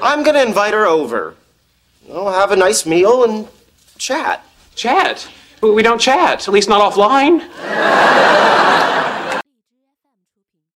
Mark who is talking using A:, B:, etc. A: I'm gonna invite her over. We'll have a nice meal and chat.
B: Chat. But we don't chat, at least not offline.